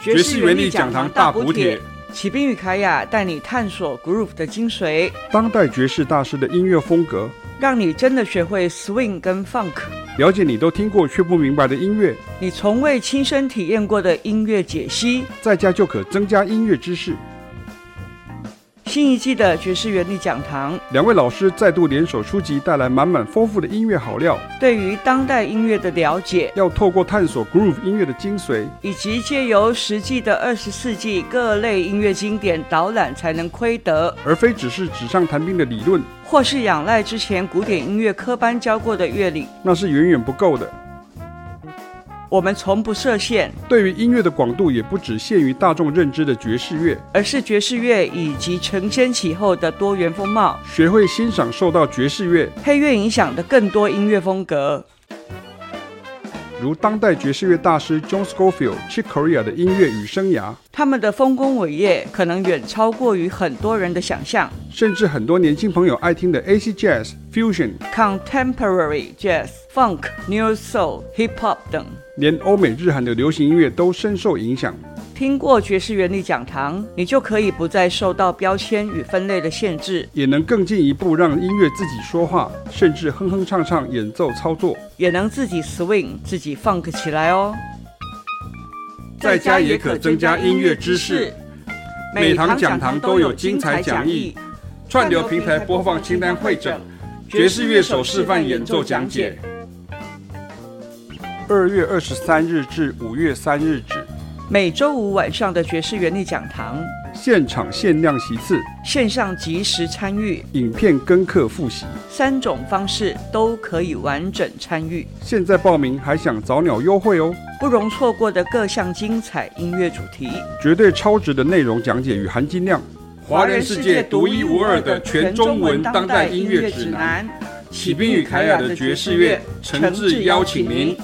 爵士原力讲堂大补帖，启斌与凯雅带你探索 groove 的精髓，当代爵士大师的音乐风格，让你真的学会 swing 跟 funk，了解你都听过却不明白的音乐，你从未亲身体验过的音乐解析。在家就可增加音乐知识。新一季的爵士原力讲堂，两位老师再度联手出击，带来满满丰富的音乐好料。对于当代音乐的了解，要透过探索 groove 音乐的精髓，以及借由实际的二十世纪各类音乐经典导览，才能窥得，而非只是纸上谈兵的理论，或是仰赖之前古典音乐科班教过的乐理。那是远远不够的。我们从不设限，对于音乐的广度也不只限于大众认知的爵士乐，而是爵士乐以及承先启后的多元风貌，学会欣赏受到爵士乐，配乐影响的更多音乐风格。如当代爵士乐大师 John Scofield、Chick Corea 的音乐与生涯，他们的丰功伟业可能远超过于很多人的想象。甚至很多年轻朋友爱听的 AC Jazz、Fusion， Contemporary Jazz、Funk、New Soul、Hip Hop 等，连欧美日韩的流行音乐都深受影响。听过爵士原理讲堂，你就可以不再受到标签与分类的限制，也能更进一步让音乐自己说话，甚至哼哼唱唱演奏操作，也能自己 swing 自己 funk 起来哦。在家也可增加音乐知识。每堂讲堂都有精彩讲义，串流平台播放清单会诊，爵士乐手示范演奏讲解。二月二十三日至五月三日止，每周五晚上的爵士原理讲堂，现场限量席次，线上及时参与，影片跟课复习。三种方式都可以完整参与，现在报名还享早鸟优惠哦，不容错过的各项精彩音乐主题。绝对超值的内容讲解与含金量。华人世界独一无二的全中文当代音乐指南，启启斌斌与与凯凯雅雅的的爵爵士士乐乐诚诚挚挚邀邀请请您您